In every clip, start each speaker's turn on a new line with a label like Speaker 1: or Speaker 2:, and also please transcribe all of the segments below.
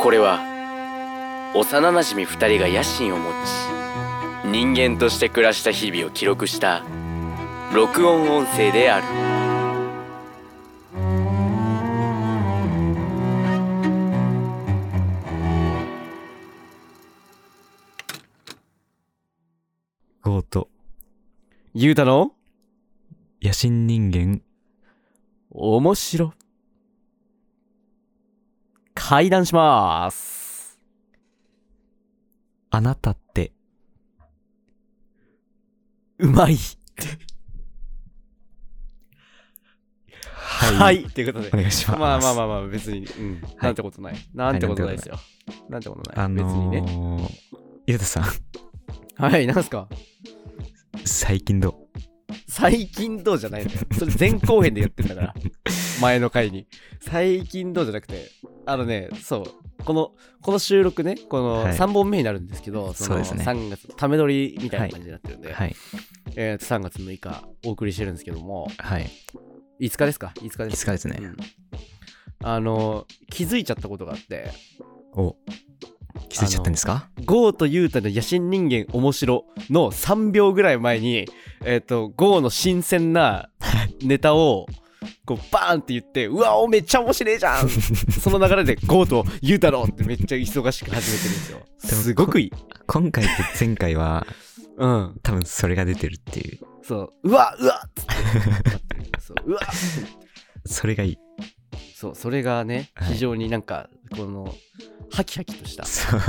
Speaker 1: これは幼なじみ2人が野心を持ち人間として暮らした日々を記録した録音音声である
Speaker 2: 強盗。
Speaker 1: ゆうたの
Speaker 2: 野心人間。
Speaker 1: 面白会談します
Speaker 2: あなたって。
Speaker 1: うまい
Speaker 2: は
Speaker 1: はいということで
Speaker 2: お願いします。
Speaker 1: まあまあまあまあ別に、うんなんてことないなんてことないですよなんてことない、
Speaker 2: あ
Speaker 1: 別に
Speaker 2: の
Speaker 1: ね
Speaker 2: ー、ゆうたさん、
Speaker 1: はいなんすか
Speaker 2: 最近どう
Speaker 1: 最近どうじゃないのよそれ前後編でやってんだから前の回に最近どうじゃなくてあのねそうこのこの収録ねこの
Speaker 2: はい
Speaker 1: 3本目になるんですけど、
Speaker 2: そう
Speaker 1: の
Speaker 2: ですね
Speaker 1: 3月ため撮りみたいな感じになってるんで、
Speaker 2: はい。
Speaker 1: えーと3月6日お送りしてるんですけども
Speaker 2: はい。
Speaker 1: 5日ですか5日で
Speaker 2: いつ
Speaker 1: す
Speaker 2: かですね。
Speaker 1: うんあの気づいちゃったことがあって
Speaker 2: お気づいちゃったんですか
Speaker 1: ゴーとユータの野心人間面白の3秒ぐらい前に、えっ、と、ゴーの新鮮なネタを、こう、バーンって言って、うわお、めっちゃ面白いじ ゃんその流れで、ゴーとユータのってめっちゃ忙しく始めてるんですよ。
Speaker 2: でも
Speaker 1: すごくいい。
Speaker 2: 今回と前回は
Speaker 1: うん。
Speaker 2: 多分それが出てるっていう。
Speaker 1: そう、うわうわっつってそう、うわ
Speaker 2: それが いい。
Speaker 1: そう、それがね、
Speaker 2: はい
Speaker 1: 非常になんか、この、ハキハキとした、
Speaker 2: そう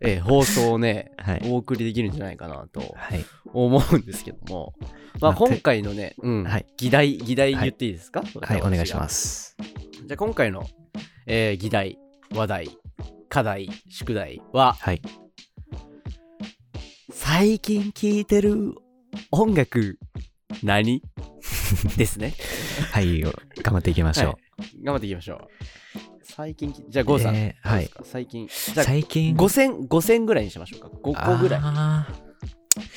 Speaker 1: えー放送をね、
Speaker 2: はい。
Speaker 1: お送りできるんじゃないかなと
Speaker 2: はい。
Speaker 1: 思うんですけども、まあ、
Speaker 2: まあて
Speaker 1: 今回のね、うん
Speaker 2: はい
Speaker 1: 議題議題
Speaker 2: はい
Speaker 1: 言っていいですか、
Speaker 2: はい、お願いしますす。
Speaker 1: じゃあ今回の、えー議題話題課題宿題は
Speaker 2: はい。
Speaker 1: 最近聴いてる音楽何です ね
Speaker 2: はい、頑張っていきましょ
Speaker 1: 頑張っていきましょう最近きじゃあ郷さん、
Speaker 2: えーはい
Speaker 1: どうですか最近
Speaker 2: う。
Speaker 1: じゃあ
Speaker 2: 最近、
Speaker 1: 5000 5000ぐらいにしましょうか5個ぐらい
Speaker 2: あ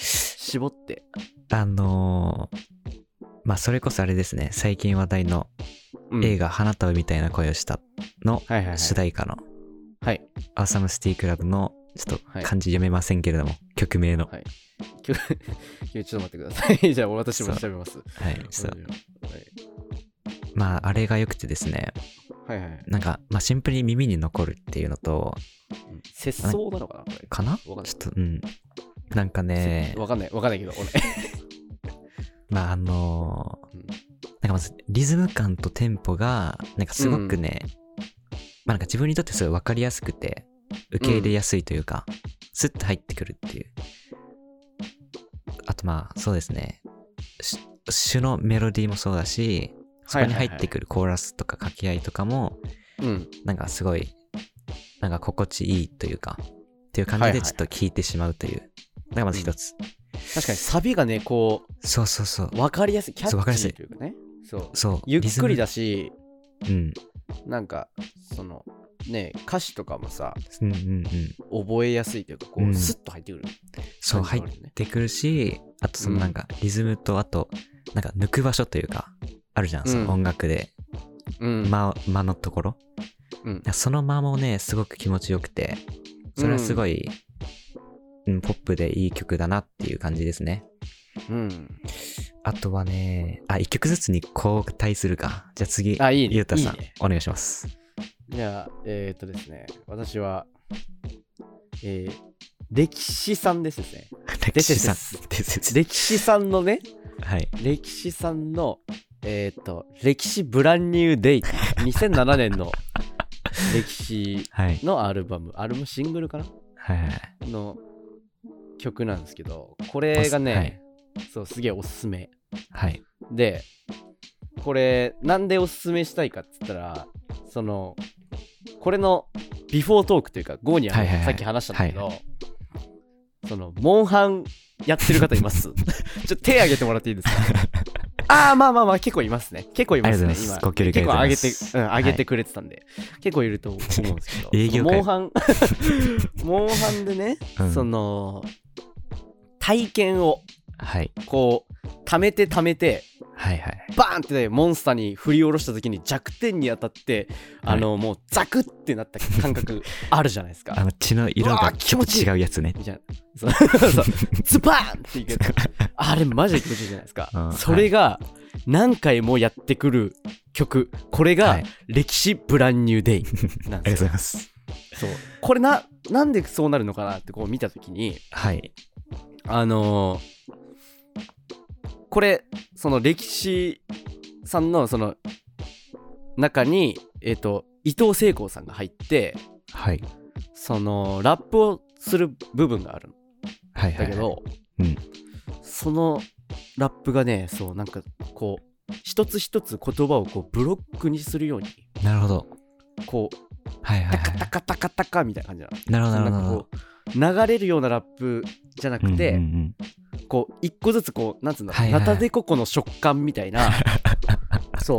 Speaker 1: 絞って
Speaker 2: ーあのー、まあ、それこそあれですね。最近話題の
Speaker 1: うん
Speaker 2: 映画、花束みたいな声をしたの
Speaker 1: はいはいはい
Speaker 2: 主題歌の、
Speaker 1: はい
Speaker 2: アーサムシティクラブの、ちょっと
Speaker 1: はい
Speaker 2: 漢字読めませんけれども、曲名の。
Speaker 1: はい今日 今日ちょっと待ってください じゃあ私も調べます
Speaker 2: はい。そう。
Speaker 1: はい
Speaker 2: まあ、あれが良くてですね、
Speaker 1: はいはい。
Speaker 2: なんか、まあ、シンプルに耳に残るっていうのと、
Speaker 1: 節操なのかなこれ。
Speaker 2: かなちょ
Speaker 1: わかんない
Speaker 2: っと、うん。なんかね、
Speaker 1: わかんない、わかんないけど、俺。
Speaker 2: まああのー
Speaker 1: うん
Speaker 2: なんかまずリズム感とテンポがなんかすごくね、まあなんか自分にとってすごい分かりやすくて受け入れやすいというか、スッと入ってくるっていうあとまあそうですねし主のメロディーもそうだしそこに入ってくるコーラスとか掛け合いとかも
Speaker 1: うん。
Speaker 2: なんかすごいなんか心地いいというかっていう感
Speaker 1: は
Speaker 2: じ
Speaker 1: いは
Speaker 2: で
Speaker 1: い
Speaker 2: ちょっと聞いてしまうという、なんかまず一つ、
Speaker 1: 確かにサビがね、こ
Speaker 2: そうそうそう
Speaker 1: う、わかりやすい、キャッチ
Speaker 2: そうわかりやす
Speaker 1: ー
Speaker 2: い
Speaker 1: というかね。そう。
Speaker 2: そう
Speaker 1: ゆっくりだ
Speaker 2: し
Speaker 1: し、
Speaker 2: うん
Speaker 1: なんか、その、ね、歌詞とかもさ、
Speaker 2: うんうんうん
Speaker 1: 覚えやすいというか、こ
Speaker 2: う
Speaker 1: う、
Speaker 2: ん
Speaker 1: スッと入ってくる。
Speaker 2: そう入
Speaker 1: 感
Speaker 2: っ
Speaker 1: じがあるよね
Speaker 2: てくるしあとそのなんかリズムとあとなんか抜く場所というかあるじゃん、
Speaker 1: うん
Speaker 2: その音楽で
Speaker 1: うん。
Speaker 2: 間間のところ
Speaker 1: うん。
Speaker 2: その間もねすごく気持ちよくてそれはすごい、うん、ポップでいい曲だなっていう感じですね
Speaker 1: うん。
Speaker 2: あとはねあ1曲ずつに交代するかじゃあ次
Speaker 1: あいいね
Speaker 2: ゆうたさん
Speaker 1: いいね
Speaker 2: お願いします
Speaker 1: じゃあ、えー、っとですね、私は、えー、歴史さんですですね。
Speaker 2: 歴史さん
Speaker 1: で
Speaker 2: でせ
Speaker 1: 歴史さんのね、
Speaker 2: はい
Speaker 1: 歴史さんの、えっ、と、歴史ブランニューデイ、2007年の歴史
Speaker 2: はい
Speaker 1: のアルバム、アルバムシングルかな
Speaker 2: はいはい
Speaker 1: の曲なんですけど、これがね、
Speaker 2: はい
Speaker 1: そう、すげえおすすめ。
Speaker 2: はい
Speaker 1: で、これ、なんでおすすめしたいかっつったら、その、これのビフォートークというか、ゴーには,、
Speaker 2: はいはいはい
Speaker 1: さっき話したんだけど、その、モンハンやってる方います ちょっと手挙げてもらっていい ですかああ、まあまあまあ、結構いますね。結構います
Speaker 2: あ
Speaker 1: ね、
Speaker 2: りがとうございます
Speaker 1: 今。
Speaker 2: ご協力
Speaker 1: 結構
Speaker 2: あ
Speaker 1: 上げ
Speaker 2: りがとう
Speaker 1: て
Speaker 2: ございま、す、
Speaker 1: うん、上げてくれてたんで、結構いると思うんですけど
Speaker 2: 営
Speaker 1: そ
Speaker 2: 業
Speaker 1: のモ
Speaker 2: 会
Speaker 1: ンハ ン、モンハンでね、
Speaker 2: う ん
Speaker 1: その、体験を、
Speaker 2: はい
Speaker 1: こう、貯めて貯めて、
Speaker 2: はいはい。
Speaker 1: バーンってねモンスターに振り下ろした時に弱点に当たってあの、もうザクってなった感 覚あるじゃないです
Speaker 2: あ
Speaker 1: か
Speaker 2: の血の色
Speaker 1: うわ
Speaker 2: が
Speaker 1: ー
Speaker 2: ち
Speaker 1: 気
Speaker 2: ょっ
Speaker 1: 持
Speaker 2: と
Speaker 1: ちいい
Speaker 2: 違うやつね。
Speaker 1: みたいなそうそうズバーンっていくや つあれマジで気持ちいいじゃないですか、
Speaker 2: うん
Speaker 1: それが何回もやってくる曲これ
Speaker 2: は
Speaker 1: が
Speaker 2: い
Speaker 1: 「歴史ブランニューデイ」なん
Speaker 2: あり
Speaker 1: で
Speaker 2: がとう ご
Speaker 1: す
Speaker 2: ざい
Speaker 1: よ、
Speaker 2: ます。
Speaker 1: そうこれななんでそうなるのかなってこう見た時に
Speaker 2: はい。
Speaker 1: あのーこれその歴史さんのその中にえっ、と伊藤聖光さんが入って
Speaker 2: はい。
Speaker 1: そのラップをする部分があるん
Speaker 2: はいは
Speaker 1: だ
Speaker 2: い。
Speaker 1: けど、
Speaker 2: うん
Speaker 1: そのラップがねそうなんかこう一つ一つ言葉をこうブロックにするように
Speaker 2: なるほど。
Speaker 1: こう
Speaker 2: はいはい
Speaker 1: タ
Speaker 2: は
Speaker 1: カタカタカタカみたいな感じなの
Speaker 2: い。なるほどなるほど
Speaker 1: なんか
Speaker 2: なるほ
Speaker 1: こ
Speaker 2: ど。
Speaker 1: う流れるようなラップじゃなくて、
Speaker 2: うんうん
Speaker 1: こう一個ずつこうなんつうんだろう、
Speaker 2: はいはいはい
Speaker 1: ナタデココの食感みたい なそ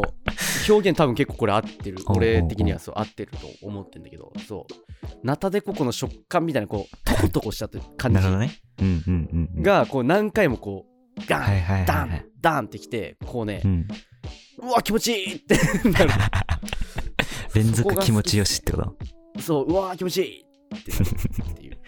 Speaker 1: う表現多分結構これ合ってる
Speaker 2: おうおう
Speaker 1: 俺的にはそう合ってると思ってんだけどそうナタデココの食感みたいなこうトコトコしたという
Speaker 2: うん
Speaker 1: 感
Speaker 2: なるほど
Speaker 1: じ
Speaker 2: ね。うんうんうんうん。、
Speaker 1: がこう何回もこうガン、
Speaker 2: はいはい
Speaker 1: ダ
Speaker 2: はいはい
Speaker 1: ン。ダンってきてこうね
Speaker 2: う、ん。
Speaker 1: うわ気持ちいいって なる
Speaker 2: 連続気持ちよしってこと
Speaker 1: そううわ気持ちいいってなるっていう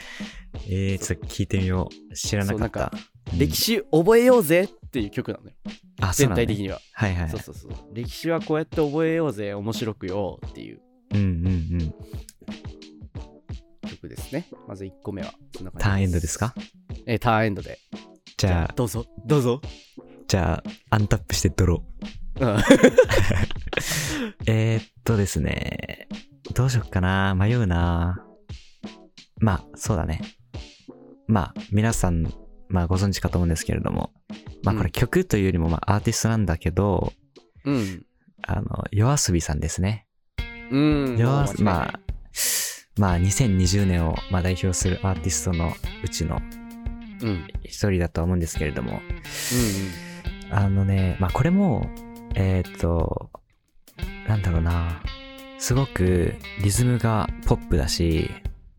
Speaker 2: えー、ちょっと聞いてみよう。知らなかった。
Speaker 1: 歴史覚えようぜっていう曲なのよ
Speaker 2: あ、そう
Speaker 1: 全
Speaker 2: なん
Speaker 1: 体
Speaker 2: だ
Speaker 1: 的には
Speaker 2: はいはい。
Speaker 1: そうそうそう歴史はこうやって覚えようぜ面白くよっていう
Speaker 2: うんうんうん。
Speaker 1: 曲ですね。まず1個目はそんな感じ。
Speaker 2: ターンエンドですか
Speaker 1: えーターンエンドで。
Speaker 2: じゃあ、
Speaker 1: どうぞ、どうぞ。
Speaker 2: じゃあ、アンタップしてドロ
Speaker 1: うん
Speaker 2: ー。えー、っとですね。どうしよっかな。迷うな。まあ、そうだね。まあ、皆さん、まあ、ご存知かと思うんですけれども。まあ、こ
Speaker 1: う
Speaker 2: れ
Speaker 1: ん
Speaker 2: 曲というよりも、まあ、アーティストなんだけど、
Speaker 1: うん。
Speaker 2: あの、夜遊びさんですね。
Speaker 1: うん。
Speaker 2: 夜
Speaker 1: もう間違
Speaker 2: 遊
Speaker 1: い
Speaker 2: び、
Speaker 1: な
Speaker 2: ま
Speaker 1: い
Speaker 2: あ、まあ、2020年を、まあ、代表するアーティストのうちの
Speaker 1: うん。うん。
Speaker 2: 一人だとは思うんですけれども、あのね、まあ、これも、えーっ、と、なんだろうな、すごくリズムがポップだし、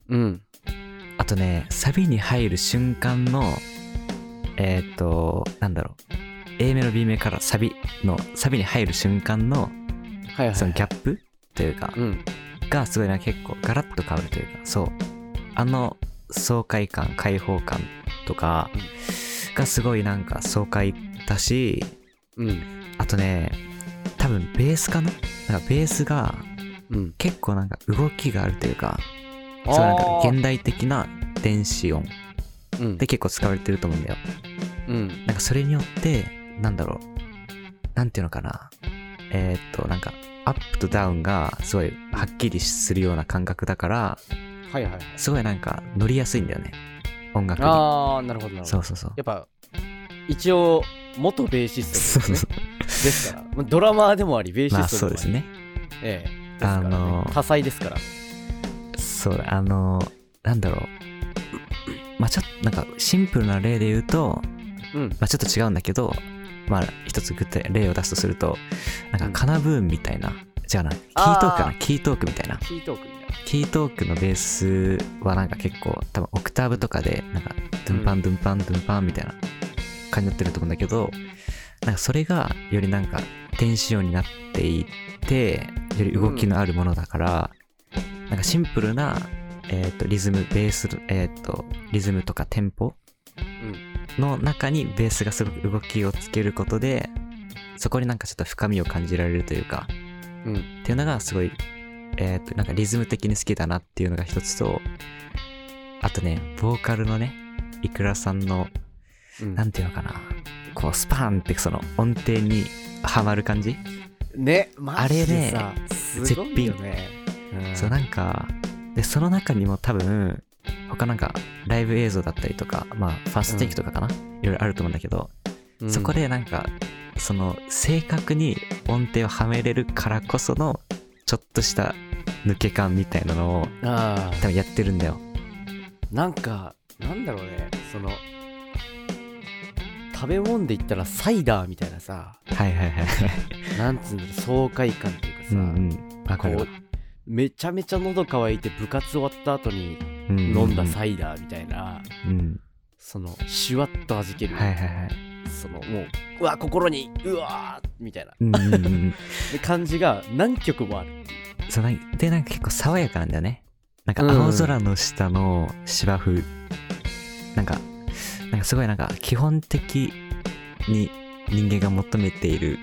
Speaker 1: うん。うん。
Speaker 2: あとね、サビに入る瞬間の、えーっ、と、なんだろう、A メロ B メロからサビの、サビに入る瞬間の、
Speaker 1: はいはい。
Speaker 2: そのギャップというか、
Speaker 1: うん。
Speaker 2: がすごいな、結構ガラッと変わるというか、そう。あの、爽快感、開放感とかがすごいなんか爽快だし、
Speaker 1: うん。
Speaker 2: あとね、多分ベースかななんかベースが
Speaker 1: うん。
Speaker 2: 結構なんか動きがあるというか、
Speaker 1: あ
Speaker 2: そうなんか
Speaker 1: ー
Speaker 2: 現代的な電子音
Speaker 1: うん
Speaker 2: で結構使われてると思うんだよ。
Speaker 1: うん。
Speaker 2: なんかそれによって、なんだろう、なんていうのかな。えー、っと、なんかアップとダウンがすごいはっきりするような感覚だから、
Speaker 1: はいはい。
Speaker 2: すごいなんか乗りやすいんだよね。音楽に。
Speaker 1: あー、なるほどなるほ
Speaker 2: そ
Speaker 1: ど
Speaker 2: う。そうそう。
Speaker 1: やっぱ、一応、元ベーシスト
Speaker 2: そう
Speaker 1: です
Speaker 2: そ
Speaker 1: ね。ですから、まあドラマーでもあり、ベー
Speaker 2: う。まあ
Speaker 1: シス
Speaker 2: そ
Speaker 1: ト
Speaker 2: う
Speaker 1: でも
Speaker 2: です
Speaker 1: あり。
Speaker 2: ね。
Speaker 1: ええ。ですからね
Speaker 2: あのー
Speaker 1: 多彩ですから。
Speaker 2: そうだ、あのなんだろう。まあちょっと、なんか、シンプルな例で言うと、
Speaker 1: うん。
Speaker 2: まあちょっと違うんだけど、まあ一つ具体、例を出すとすると、なんか、カナブーンみたいな、違うな、キートークか
Speaker 1: あ
Speaker 2: な、
Speaker 1: ー
Speaker 2: キートークみたいな。
Speaker 1: キートークみたいな。
Speaker 2: キートークのベースはなんか結構、多分オクターブとかで、なんか、ドゥンパンドゥンパンドゥンパンみたいな感じになってると思うんだけど、なんかそれが、よりなんか、電子音になっていて、より動きのあるものだから、なんかシンプルな、えっ、と、リズム、ベース、えっ、と、リズムとかテンポ
Speaker 1: うん。
Speaker 2: の中にベースがすごく動きをつけることで、そこになんかちょっと深みを感じられるというか、
Speaker 1: うん。
Speaker 2: っていうのがすごい、えっ、と、なんかリズム的に好きだなっていうのが一つと、あとね、ボーカルのね、いくらさんの、
Speaker 1: うん
Speaker 2: なんていうのかな、こう、スパーンってその音程にはまる感じ、
Speaker 1: ね、マジで
Speaker 2: あ
Speaker 1: さ、すごいよね。うん
Speaker 2: そうなんか、で、その中にも多分、他なんか、ライブ映像だったりとか、まあ、ファーストテイクとかかな、いろいろあると思うんだけど、そこ、でなんか、その正確に音程をはめれるからこその、ちょっとした抜け感みたいなのを
Speaker 1: うんあ
Speaker 2: 多分やってるんだよ。
Speaker 1: ーなんか、なんだろうね、その、食べ物で言ったらサイダーみたいなさ、
Speaker 2: はいはいはい。
Speaker 1: なんつうんだろう、爽快感っていうかさ、
Speaker 2: ん。わかる
Speaker 1: こう。、
Speaker 2: わ
Speaker 1: めちゃめちゃ喉乾いて部活終わった後に
Speaker 2: 飲
Speaker 1: 飲んだ。サイダーみたいな、
Speaker 2: うん。
Speaker 1: そのシュワッと弾ける、
Speaker 2: はいはいはい。
Speaker 1: そのもううわ心にうわーみたいな
Speaker 2: うんうんうんうん。
Speaker 1: で感じが何曲もある
Speaker 2: そうなんで、なんか結構爽やかなんだよね。なんか
Speaker 1: うん
Speaker 2: 青空の下の芝生。なんか、なんかすごいなんか基本的に人間が求めている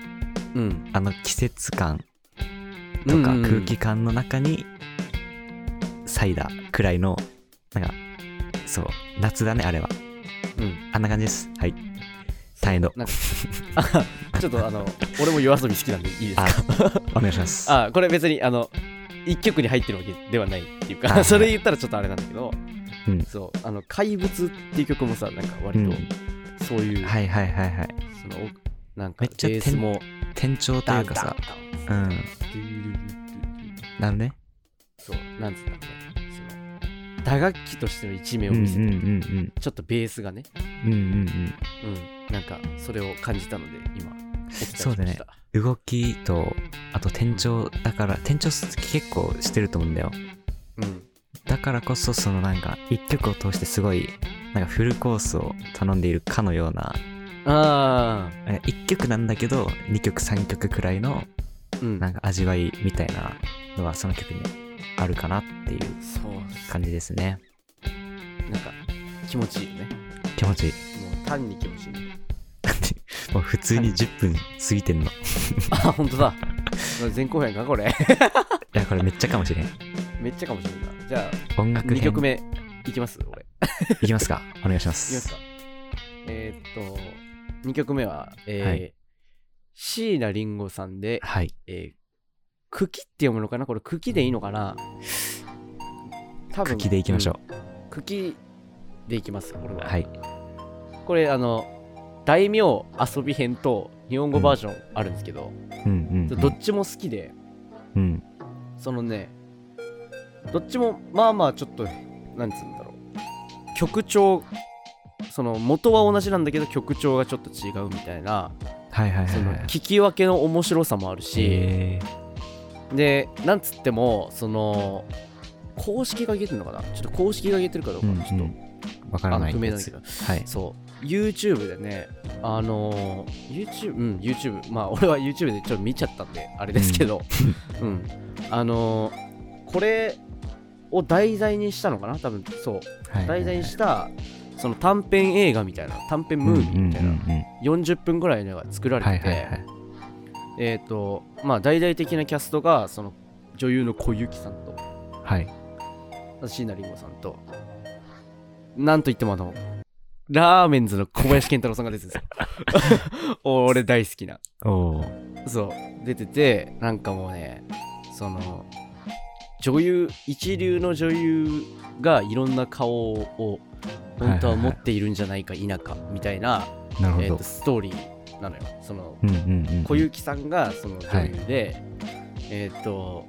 Speaker 1: うん
Speaker 2: あの季節感とか空気感の中に、サイダーくらいの、なんか、そう、夏だね、あれは。
Speaker 1: うんうん
Speaker 2: あんな感じです。はい。大変の。
Speaker 1: なんかあちょっとあの俺も夜遊び好きなんでいいですか
Speaker 2: あ、お願いしま す。
Speaker 1: あこれ別にあの一曲に入ってるわけではないっていう
Speaker 2: はいは
Speaker 1: か
Speaker 2: い
Speaker 1: それ言ったらちょっとあれなんだけど、
Speaker 2: うん
Speaker 1: そうあの怪物っていう曲もさなんか
Speaker 2: う
Speaker 1: 割
Speaker 2: ん
Speaker 1: と。そういう、
Speaker 2: はいはいはいはい。
Speaker 1: そのおなんか
Speaker 2: めっちゃ
Speaker 1: ベースも
Speaker 2: 転調というかさ、う
Speaker 1: ダンダンダン
Speaker 2: ん。なるね。
Speaker 1: そうなんつったんだろうその打楽器としての一面を見せて、
Speaker 2: うんうん
Speaker 1: ちょっとベースがね、
Speaker 2: うんうんうん
Speaker 1: うん、なんかそれを感じたので今お伝えしました
Speaker 2: そうだねうん動きとあと転調だから転調結構してると思うんだよ
Speaker 1: うん
Speaker 2: だからこそそのなんか一曲を通してすごいなんかフルコースを頼んでいるかのような
Speaker 1: あ
Speaker 2: なんか一曲なんだけど二曲三曲くらいの
Speaker 1: あうん
Speaker 2: なんか味わいみたいなのはその曲にあるかなっていう
Speaker 1: そう
Speaker 2: 感じですね
Speaker 1: なんか気持ちいいよね
Speaker 2: 気持ちいい
Speaker 1: もう単に気持ちいい
Speaker 2: もう普通に10分過ぎてんのい
Speaker 1: あ本当だ前後編かこれ
Speaker 2: やこれめっちゃかもしれん
Speaker 1: めっちゃかもしれないじゃあ
Speaker 2: 音楽編
Speaker 1: 2曲目いきます俺い
Speaker 2: いきますかお願いし
Speaker 1: きま
Speaker 2: ま
Speaker 1: すすかえーっと2曲目はえー
Speaker 2: はい
Speaker 1: 椎名林檎さんで
Speaker 2: はい
Speaker 1: えー、茎って読むのかなこれ茎でいいのかな多分
Speaker 2: 茎でいきましょ
Speaker 1: うん、茎でいきますこれ
Speaker 2: う
Speaker 1: は、
Speaker 2: はい
Speaker 1: これあの大名遊び編と日本語バージョンあるんですけど、
Speaker 2: うんうんうん
Speaker 1: どっちも好きで
Speaker 2: うん
Speaker 1: そのねどっちもまあまあちょっとなんつうんだろう曲調その元は同じなんだけど曲調がちょっと違うみたいな
Speaker 2: はいはいは
Speaker 1: そ
Speaker 2: い
Speaker 1: の
Speaker 2: はい
Speaker 1: 聞き分けの面白さもあるし、
Speaker 2: へ
Speaker 1: でなんつってもその公式が言えてるのかなちょっと公式が言えてるかどう
Speaker 2: ーう
Speaker 1: か
Speaker 2: んうん
Speaker 1: ちょっと、
Speaker 2: わか
Speaker 1: あ
Speaker 2: ら
Speaker 1: の
Speaker 2: ない
Speaker 1: 不明な
Speaker 2: や
Speaker 1: んだ
Speaker 2: つ
Speaker 1: けど
Speaker 2: はい
Speaker 1: そう YouTube でねあのー YouTube うん YouTube まあ俺は YouTube でちょっと見ちゃったんであれですけど、うんあのーこれを題材にしたのかな多分そう
Speaker 2: はい
Speaker 1: 題材にしたその短編映画みたいな短編ムービーみたいな、
Speaker 2: うんうんうん
Speaker 1: 40分ぐらいのが作ら
Speaker 2: うん
Speaker 1: れ
Speaker 2: は
Speaker 1: て
Speaker 2: い
Speaker 1: て、
Speaker 2: はいはい
Speaker 1: えっ、とまあ大々的なキャストがその女優の小雪さんと
Speaker 2: はい
Speaker 1: 椎名林檎さんとなんといってもあのラーメンズの小林健太郎さんが出てるんです よ俺大好きな
Speaker 2: おおー
Speaker 1: そう出ててなんかもうねその女優一流の女優がいろんな顔を本当は持っているんじゃないか否かみたいな、
Speaker 2: なる
Speaker 1: えー
Speaker 2: ほ
Speaker 1: と
Speaker 2: ど
Speaker 1: ストーリーなのよその
Speaker 2: うんうんうん
Speaker 1: 小雪さんがその女優で、えーっと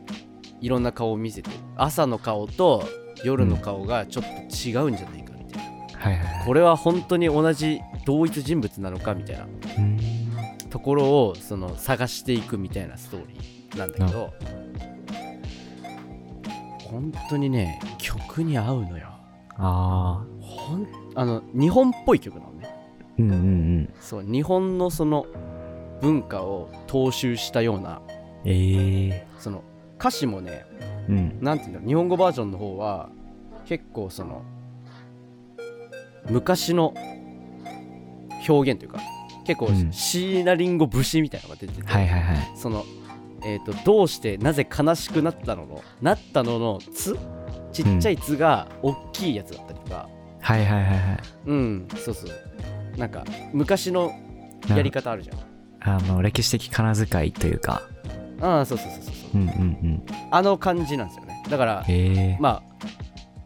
Speaker 1: いろんな顔を見せて朝の顔と夜の顔がちょっと違うんじゃないかみたいな、
Speaker 2: はいはいはい
Speaker 1: これは本当に同じ同一人物なのかみたいな
Speaker 2: うん
Speaker 1: ところをその探していくみたいなストーリーなんだけど本当にね曲に合うのよ
Speaker 2: ああ
Speaker 1: ほんあの日本っぽい曲なのね
Speaker 2: うんうんうん
Speaker 1: そう日本のその文化を踏襲したような
Speaker 2: ええ
Speaker 1: その歌詞もね
Speaker 2: うん
Speaker 1: なんていうんだろう日本語バージョンの方は結構その昔の表現というか結構
Speaker 2: うん
Speaker 1: 椎名林檎節みたいなのが出てて、
Speaker 2: はいはいはい
Speaker 1: その、えー、とどうしてなぜ悲しくなったののなったのの「つ」ちっちゃい「つ」が大きいやつだったりとか
Speaker 2: はいはいはいはい
Speaker 1: うん、そうそうなんか昔のやり方あるじゃん
Speaker 2: あの歴史的仮名遣いというか
Speaker 1: ああそうそうそうそうそう
Speaker 2: うんうんうん
Speaker 1: あの感じなんですよねだから
Speaker 2: ええ
Speaker 1: まあ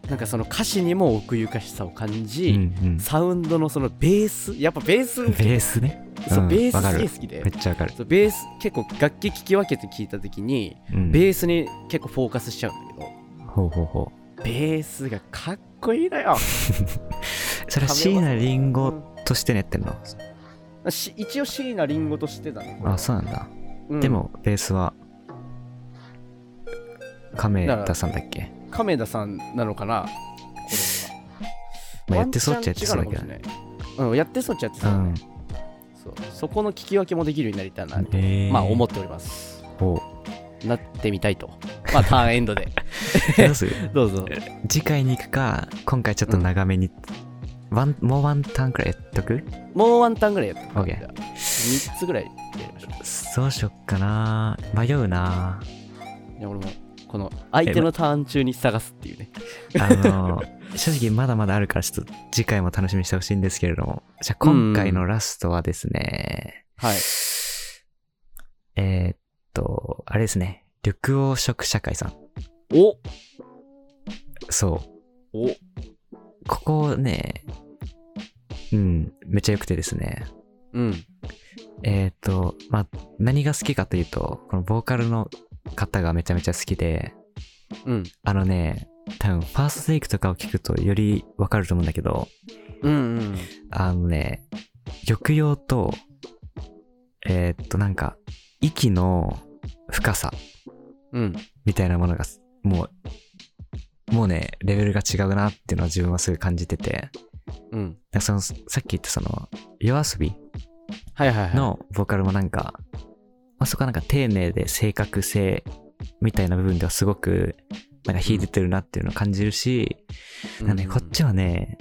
Speaker 1: なんかその歌詞にも奥ゆかしさを感じ、
Speaker 2: うんうん
Speaker 1: サウンドのそのベースやっぱベース、
Speaker 2: ベースね
Speaker 1: そう
Speaker 2: うん
Speaker 1: ベー
Speaker 2: わか
Speaker 1: スすげえ
Speaker 2: る
Speaker 1: 好き
Speaker 2: め
Speaker 1: で
Speaker 2: っちゃわかる
Speaker 1: そうベース結構楽器聞き分けて聞いた時に
Speaker 2: うん
Speaker 1: ベースに結構フォーカスしちゃうんだけど
Speaker 2: ほうほうほ
Speaker 1: ベースがかっこいいのよ
Speaker 2: うそれは椎名林檎としてねってんの
Speaker 1: うんし一応椎名林檎としてだね
Speaker 2: あそうなんだ
Speaker 1: うん
Speaker 2: でもベースは亀田さんだっけ
Speaker 1: 亀田さんなのかなこ
Speaker 2: まあ、やってそうっちゃやってそうだけどね。
Speaker 1: ね。うん、やってそうっちゃやって
Speaker 2: う
Speaker 1: そうだね
Speaker 2: ん。
Speaker 1: そうそこの聞き分けもできるようになりたいな、
Speaker 2: えー
Speaker 1: まあ思っております。
Speaker 2: お
Speaker 1: なってみたいと。まあターンエンド で。
Speaker 2: どうする
Speaker 1: どうぞ。
Speaker 2: 次回に行くか、今回ちょっと長めに、ワンもうワンターンくらいやっとく
Speaker 1: もうワンターンぐらいやって。
Speaker 2: OK
Speaker 1: じゃあ3つぐらいやりましょう。
Speaker 2: そうしよっかな。迷うな。
Speaker 1: いや俺もこの相手のターン中に探すっていうね。
Speaker 2: あ の、正直まだまだあるから、ちょっと次回も楽しみにしてほしいんですけれども。じゃあ今回のラストはですね、
Speaker 1: はい。
Speaker 2: えーっと、あれですね、緑黄色社会さん。
Speaker 1: お
Speaker 2: そう。
Speaker 1: お
Speaker 2: ここね、うん、めっちゃ良くてですね。
Speaker 1: うん。
Speaker 2: えーっと、まあ、何が好きかというと、このボーカルの方がめちゃめちゃ好きで、
Speaker 1: うん。
Speaker 2: あのね、多分ファーストテイクとかを聞くとよりわかると思うんだけど、
Speaker 1: うんうん。
Speaker 2: あのね、抑揚と、えーっと、なんか、息の深さ
Speaker 1: うん。
Speaker 2: みたいなものが、もう、もうね、レベルが違うなっていうのは自分はすごい感じてて、
Speaker 1: うん。
Speaker 2: なんかその、さっき言ったその、夜遊び
Speaker 1: はいはいはい。
Speaker 2: のボーカルもなんか、まあ、そこはなんか丁寧で正確性みたいな部分ではすごく、なんか秀でてるなっていうのを感じるし、
Speaker 1: うん
Speaker 2: なんで、こっちはね、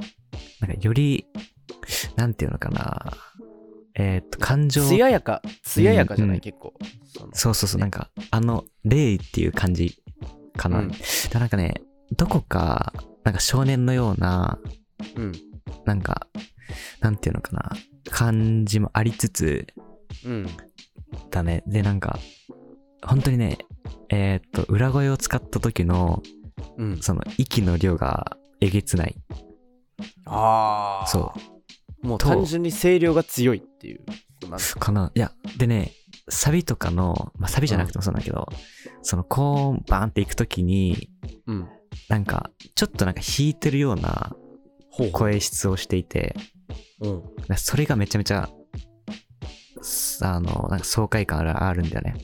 Speaker 2: なんかより、なんていうのかな、えーっと、感情
Speaker 1: 艶やか、艶やかじゃない、
Speaker 2: うん
Speaker 1: 結構。その
Speaker 2: そうそうそう、なんか、あの、霊意っていう感じかな。
Speaker 1: うん
Speaker 2: だからなんかね、どこか、なんか少年のような、
Speaker 1: うん。
Speaker 2: なんか、なんていうのかな、感じもありつつ
Speaker 1: うん。
Speaker 2: だね。で、なんか、本当にね、えーっと、裏声を使った時の、
Speaker 1: うん。
Speaker 2: その息の量がえげつない。
Speaker 1: ああ。。
Speaker 2: そう
Speaker 1: もう
Speaker 2: と
Speaker 1: 単純に声量が強いっていう。なんか
Speaker 2: う。かな。いや、でね、サビとかの、まあ、サビじゃなくてもそうなんだけど、その、コーンバーンっていく時に、
Speaker 1: うん。
Speaker 2: なんか、ちょっとなんか弾いてるような
Speaker 1: ほうほ
Speaker 2: 声質をしていて、
Speaker 1: う。うん。
Speaker 2: それがめちゃめちゃ、すあの、なんか爽快感あるあるんだよね。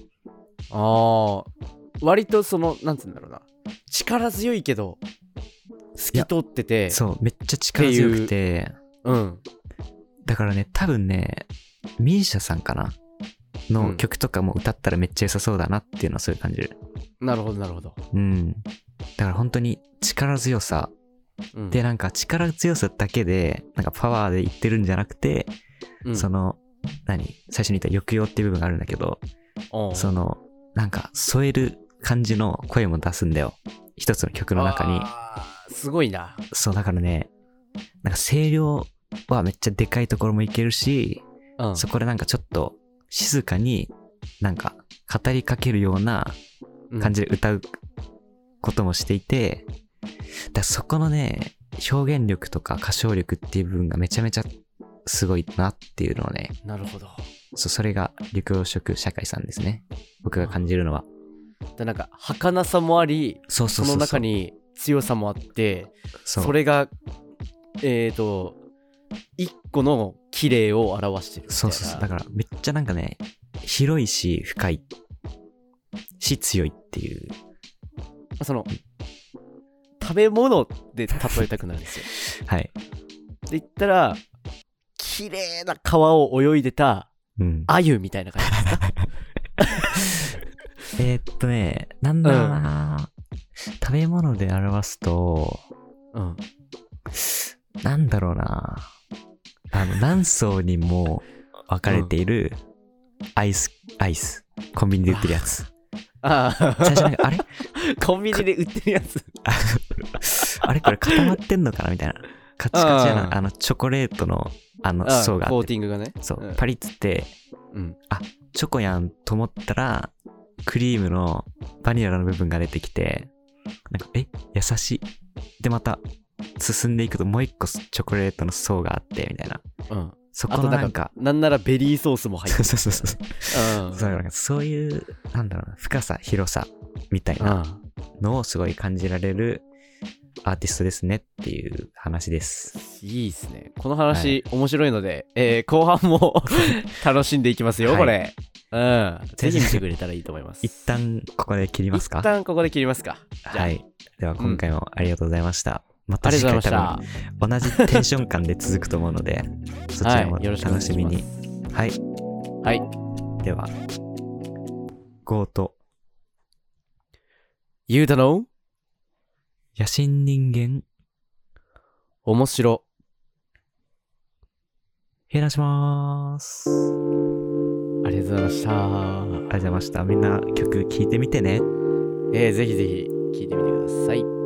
Speaker 1: ああ。割とその、なんつうんだろうな。力強いけど、透き通ってて、
Speaker 2: そう、めっちゃ力強くて、
Speaker 1: うん。
Speaker 2: だからね、多分ね、ミーシャさんかな
Speaker 1: う
Speaker 2: の
Speaker 1: ん
Speaker 2: 曲とかも歌ったらめっちゃ良さそうだなっていうのはそういう感じる。
Speaker 1: なるほど、なるほど。
Speaker 2: うん。だから本当に力強さ。
Speaker 1: うん
Speaker 2: で、、なんか力強さだけで、なんかパワーで言ってるんじゃなくて、
Speaker 1: うん
Speaker 2: その、何最初に言った抑揚っていう部分があるんだけど、
Speaker 1: おう
Speaker 2: その、なんか添える感じの声も出すんだよ。一つの曲の中に。
Speaker 1: あーすごいな。
Speaker 2: そう、だからね、なんか声量はめっちゃでかいところもいけるし、
Speaker 1: うん。
Speaker 2: そこでなんかちょっと静かになんか語りかけるような感じで歌うこともしていて、だからそこのね、表現力とか歌唱力っていう部分がめちゃめちゃすごいなっていうのをね、
Speaker 1: うん。なるほど。
Speaker 2: そうそれが緑黄色社会さんですね。僕が感じるのは。
Speaker 1: で、なんか、儚さもあり、
Speaker 2: そう
Speaker 1: そ
Speaker 2: そ
Speaker 1: う
Speaker 2: そう
Speaker 1: の
Speaker 2: そ
Speaker 1: 中
Speaker 2: う。
Speaker 1: に強さもあって、
Speaker 2: そ、
Speaker 1: そうれがえっ、と一個の綺麗を表してるみたいな
Speaker 2: そうそうそう。だからめっちゃなんかね、広いし深いし強いっていう。
Speaker 1: その食べ物で例えたくなるんですよ
Speaker 2: はい。
Speaker 1: で言ったら綺麗な川を泳いでた
Speaker 2: うん。
Speaker 1: 鮎みたいな感じ ですか
Speaker 2: えーっとね、なんだろうな、食べ物で表すと、
Speaker 1: うん
Speaker 2: なんだろうなあの、何層にも分かれているアイス、アイス。コンビニで売ってるやつ。
Speaker 1: あ
Speaker 2: 最初なん
Speaker 1: あ
Speaker 2: か、あれ
Speaker 1: コンビニで売ってるやつ
Speaker 2: あれこれ固まってんのかなみたいな。カチカチや
Speaker 1: うん
Speaker 2: な。あの、チョコレートの、あの、
Speaker 1: あ
Speaker 2: 層が
Speaker 1: コー
Speaker 2: あっ
Speaker 1: テ
Speaker 2: て。
Speaker 1: ィングがね
Speaker 2: そ
Speaker 1: うん
Speaker 2: う、パリッつって、
Speaker 1: うん
Speaker 2: チョコやんと思ったら、クリームのバニラの部分が出てきて、なんか、え、優しい。で、また、進んでいくともう一個チョコレートの層があって、みたいな。
Speaker 1: うん
Speaker 2: そ
Speaker 1: あ
Speaker 2: ことの
Speaker 1: な
Speaker 2: なんんか
Speaker 1: か、なんならベリーソースも入っ
Speaker 2: そ
Speaker 1: て
Speaker 2: うそうそうそう。
Speaker 1: る、うん、
Speaker 2: そうなんかそういう、なんだろうな、深さ、広さ、みたいな
Speaker 1: あ
Speaker 2: のをすごい感じられるアーティストですねっていう話です。
Speaker 1: いいですね。この話、面白いので、えー後半 も楽しんでいきますよ、
Speaker 2: はい
Speaker 1: これ。うん。ぜひ見てくれたらいいと思います。
Speaker 2: 一旦ここで切りますか
Speaker 1: 一旦ここで切りますか。じゃあ
Speaker 2: はい。では今回もありがとうございました。ま
Speaker 1: あ
Speaker 2: た
Speaker 1: り
Speaker 2: 次
Speaker 1: がとう
Speaker 2: 回
Speaker 1: ござ
Speaker 2: 多
Speaker 1: いま
Speaker 2: 分
Speaker 1: し
Speaker 2: 同じテンション感で続くと思う ので、そちらも
Speaker 1: はいよろしくお願
Speaker 2: 楽
Speaker 1: いし
Speaker 2: し
Speaker 1: ます
Speaker 2: みに。はい、
Speaker 1: た。はい。
Speaker 2: では、ゴーと
Speaker 1: ゆうたの
Speaker 2: 野心人間、
Speaker 1: 面白。
Speaker 2: 減らします。
Speaker 1: ありがとうございました。
Speaker 2: ありがとうございました。みんな曲聴いてみてね。
Speaker 1: えー、ぜひぜひ聞いてみてください。